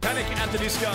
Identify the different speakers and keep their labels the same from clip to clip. Speaker 1: Panic at the Disco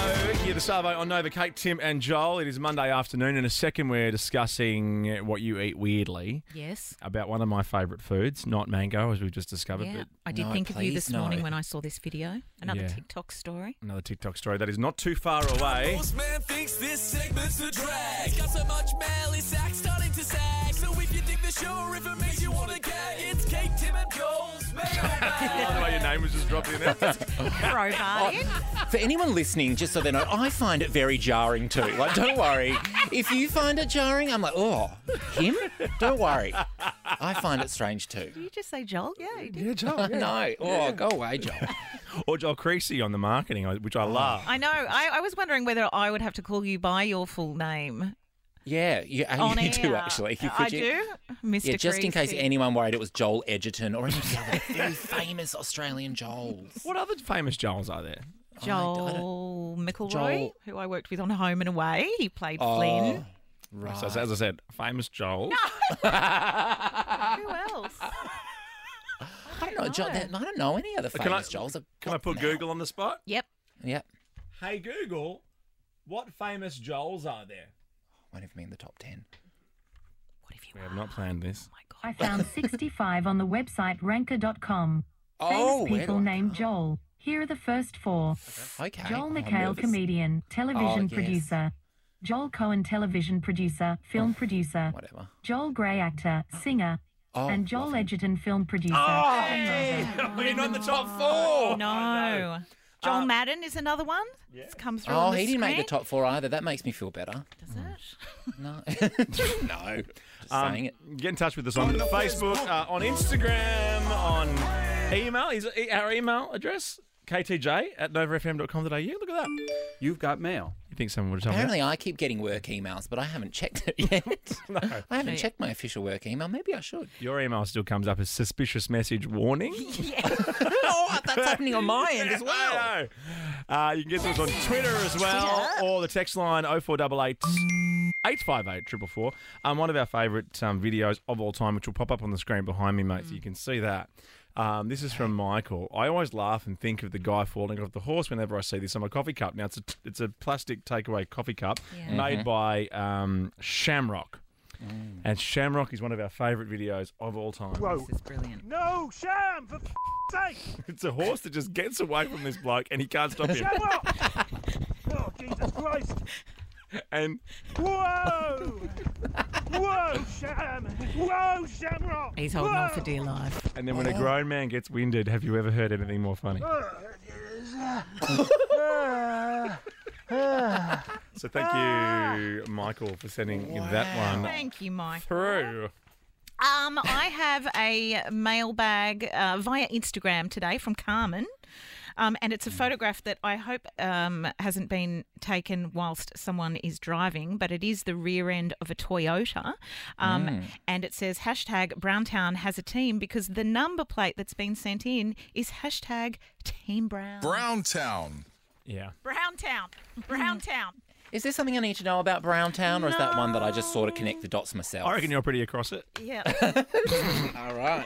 Speaker 1: here to Savo on Nova Kate, Tim and Joel. It is Monday afternoon. In a second, we're discussing what you eat weirdly
Speaker 2: Yes.
Speaker 1: about one of my favourite foods, not mango, as we've just discovered,
Speaker 2: Yeah.
Speaker 1: but
Speaker 2: I did
Speaker 3: No,
Speaker 2: think of you
Speaker 3: please,
Speaker 2: this
Speaker 3: no.
Speaker 2: morning when I saw this video. Another
Speaker 1: Yeah.
Speaker 2: TikTok story.
Speaker 1: another TikTok story that is not too far away.
Speaker 4: Oh,
Speaker 5: Most man thinks this segment's a drag. It's got so much malice, act starting to sag. So if you dig the show, or if it makes you want to gag, it's Kate, Tim, and Cole's
Speaker 1: By the way, your name was just dropped in there.
Speaker 2: Crowbar in.
Speaker 3: For anyone listening, just so they know, I find it very jarring too. Like, don't worry. If you find it jarring, I'm like, oh, him? Don't worry. I find it strange too.
Speaker 2: Did you just say Joel? Yeah, you did.
Speaker 1: Yeah, Joel, yeah.
Speaker 3: No, oh, go away, Joel.
Speaker 1: Or Joel Creasy on the marketing, which I love.
Speaker 2: I know. I, I was wondering whether I would have to call you by your full name.
Speaker 3: Yeah, you, uh,
Speaker 2: On
Speaker 3: you do
Speaker 2: air.
Speaker 3: actually. You-
Speaker 2: I
Speaker 3: could you-
Speaker 2: do. Mr.
Speaker 3: Yeah, just in case
Speaker 2: Creasy.
Speaker 3: anyone worried it was Joel Edgerton or any of the other very famous Australian Joels.
Speaker 1: What other famous Joels are there?
Speaker 2: Joel McElroy,
Speaker 3: Joel- Oh.
Speaker 2: who I worked with on Home and Away. He played Flynn.
Speaker 3: Right.
Speaker 1: So, as I said, famous Joel.
Speaker 2: Who else?
Speaker 3: I don't know, Joel,
Speaker 2: No.
Speaker 3: I don't know any other
Speaker 1: Can I-
Speaker 3: famous Joels.
Speaker 1: Can I put Google on the spot?
Speaker 2: Yep.
Speaker 3: Yeah.
Speaker 1: Hey Google, what famous Joels are there?
Speaker 3: Won't even be in the top 10.
Speaker 2: What if you Oh
Speaker 1: We have not planned this.
Speaker 6: I found 65 on the website ranker.com.
Speaker 3: Oh,
Speaker 6: Famous
Speaker 3: where
Speaker 6: people
Speaker 3: do I-
Speaker 6: named Joel. Here are the first four
Speaker 3: Okay. I'm
Speaker 6: Joel McHale,
Speaker 3: nervous.
Speaker 6: comedian, television
Speaker 3: Oh, yes.
Speaker 6: producer. Joel Cohen, television producer,
Speaker 3: Oh,
Speaker 6: film producer.
Speaker 3: Whatever.
Speaker 6: Joel Gray, actor, singer.
Speaker 3: Oh,
Speaker 6: and Joel Edgerton, film producer.
Speaker 1: We're not in the top
Speaker 3: Oh,
Speaker 1: four.
Speaker 2: No. Joel Madden is another one. It's come through.
Speaker 3: Oh,
Speaker 2: on the
Speaker 3: he didn't make the
Speaker 2: screen.
Speaker 3: top four either. That makes me feel better.
Speaker 2: Does it?
Speaker 3: No. no. Just
Speaker 1: Um,
Speaker 3: saying it.
Speaker 1: Get in touch with us on Facebook, uh, on Instagram, on email. Is it our email address ktj at novafm.com.au. Look at that.
Speaker 7: You've got mail.
Speaker 1: You think someone would have told me?
Speaker 3: Apparently, I keep getting work emails, but I haven't checked it yet. I haven't checked my official work email. Maybe I should.
Speaker 1: that? Your email still comes up as suspicious message warning.
Speaker 3: oh, that's happening on my end as well.
Speaker 1: I know. Uh, you can get to us on Twitter as well, or the text line 0488 858 444. Um, one of our favourite um, videos of all time, which will pop up on the screen behind me, mate, so you can see that. Um, this is from Michael. I always laugh and think of the guy falling off the horse whenever I see this on my coffee cup. Now, it's a, it's a plastic takeaway coffee cup
Speaker 2: Yeah.
Speaker 1: made by um, Shamrock. And Shamrock is one of our favourite videos of all time.
Speaker 2: This is brilliant.
Speaker 8: No, Sham, for f- sake!
Speaker 1: It's a horse that just gets away from this bloke and he can't stop him.
Speaker 8: Sham up! Oh, Jesus Christ!
Speaker 1: And
Speaker 8: Whoa! Whoa, Sham! Whoa, Shamrock!
Speaker 2: He's holding on for
Speaker 8: Whoa!
Speaker 2: dear life.
Speaker 1: And then when a grown man gets winded, have you ever heard anything more funny?
Speaker 8: Uh,
Speaker 1: so thank you, Michael, for sending that one
Speaker 2: Thank you, Mike.
Speaker 1: through.
Speaker 2: Um, I have a mailbag uh, via Instagram today from Carmen. Um, and it's a photograph that I hope um, hasn't been taken whilst someone is driving, but it is the rear end of a Toyota. Um, And it says hashtag Browntown has a team because the number plate that's been sent in is hashtag Team Brown.
Speaker 9: Browntown.
Speaker 1: Yeah.
Speaker 2: Browntown. Browntown.
Speaker 3: Is there something I need to know about Browntown, or is that one that I just sort of connect the dots myself?
Speaker 1: I reckon you're pretty across it.
Speaker 2: Yeah.
Speaker 3: All right.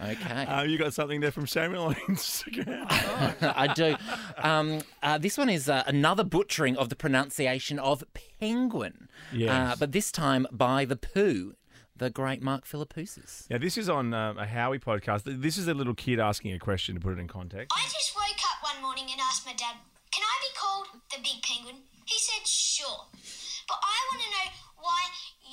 Speaker 3: okay.
Speaker 1: Uh, you got something there from Samuel on Instagram.
Speaker 3: I do. Um, uh, this one is uh, another butchering of the pronunciation of penguin, uh,
Speaker 1: Yes.
Speaker 3: but this time by the poo, the great Mark Philippoussis.
Speaker 1: Now, this is on um, a Howie podcast. Th- This is a little kid asking a question to put it in context.
Speaker 10: I just woke up one morning and asked my dad, Can I be called the Big Penguin? He said, Sure. But I want to know why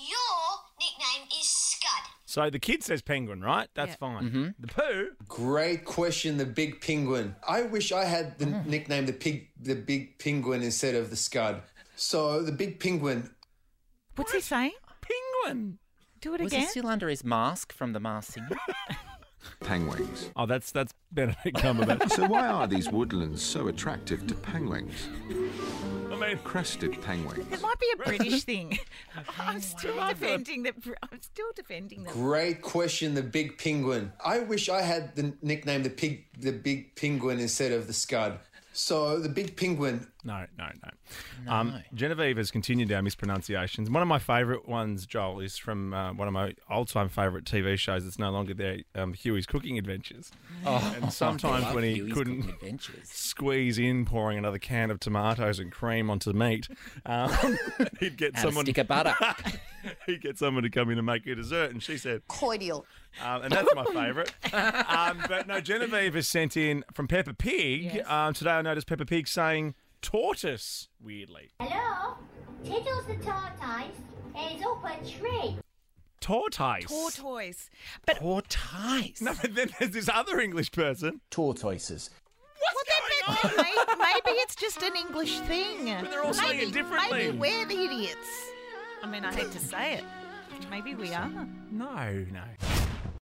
Speaker 10: your nickname is Scud.
Speaker 1: So the kid says penguin, right? That's
Speaker 2: Yeah.
Speaker 1: fine.
Speaker 3: Mm-hmm.
Speaker 1: The poo,
Speaker 4: Great question, the big penguin. I wish I had the nickname the pig, the big penguin instead of the scud. So the big penguin.
Speaker 2: What's he saying?
Speaker 1: penguin.
Speaker 2: Do it
Speaker 3: Was
Speaker 2: again.
Speaker 3: he still under his mask from the mask singer?
Speaker 9: Penguins.
Speaker 1: Oh, that's that's Benedict Cumberbatch.
Speaker 9: So why are these woodlands so attractive to penguins?
Speaker 1: I mean,
Speaker 9: Crested
Speaker 2: It
Speaker 9: penguins.
Speaker 2: might be a British thing. I'm still defending the. I'm still defending them.
Speaker 4: Great question, the big penguin. I wish I had the nickname the pig, the big penguin instead of the scud. So the big penguin.
Speaker 1: No, no, no. Um, Genevieve has continued our mispronunciations. One of my favourite ones, Joel, is from uh, one of my old-time favourite TV shows that's no longer there, um, Huey's Cooking Adventures. and sometimes when he couldn't
Speaker 3: Oh. adventures.
Speaker 1: squeeze in pouring another can of tomatoes and cream onto meat, um, he'd get someone
Speaker 3: stick of butter.
Speaker 1: he'd get someone to come in and make you dessert. And she said,
Speaker 7: Coidial.
Speaker 1: Um, and that's my favourite. Um, but no, Genevieve has sent in from Peppa Pig. Um, today I noticed Peppa Pig saying tortoise weirdly.
Speaker 10: Hello? Tiddles the tortoise is up a tree.
Speaker 1: Tortoise.
Speaker 2: Tortoise. But
Speaker 3: Poor ties.
Speaker 1: No, but then there's this other English person.
Speaker 3: Tortoises.
Speaker 2: well, then, but then may- maybe it's just an English thing. But
Speaker 1: they're all saying
Speaker 2: maybe,
Speaker 1: it differently.
Speaker 2: Maybe we're the idiots. I mean, I hate to say it. Maybe we are.
Speaker 1: No, no.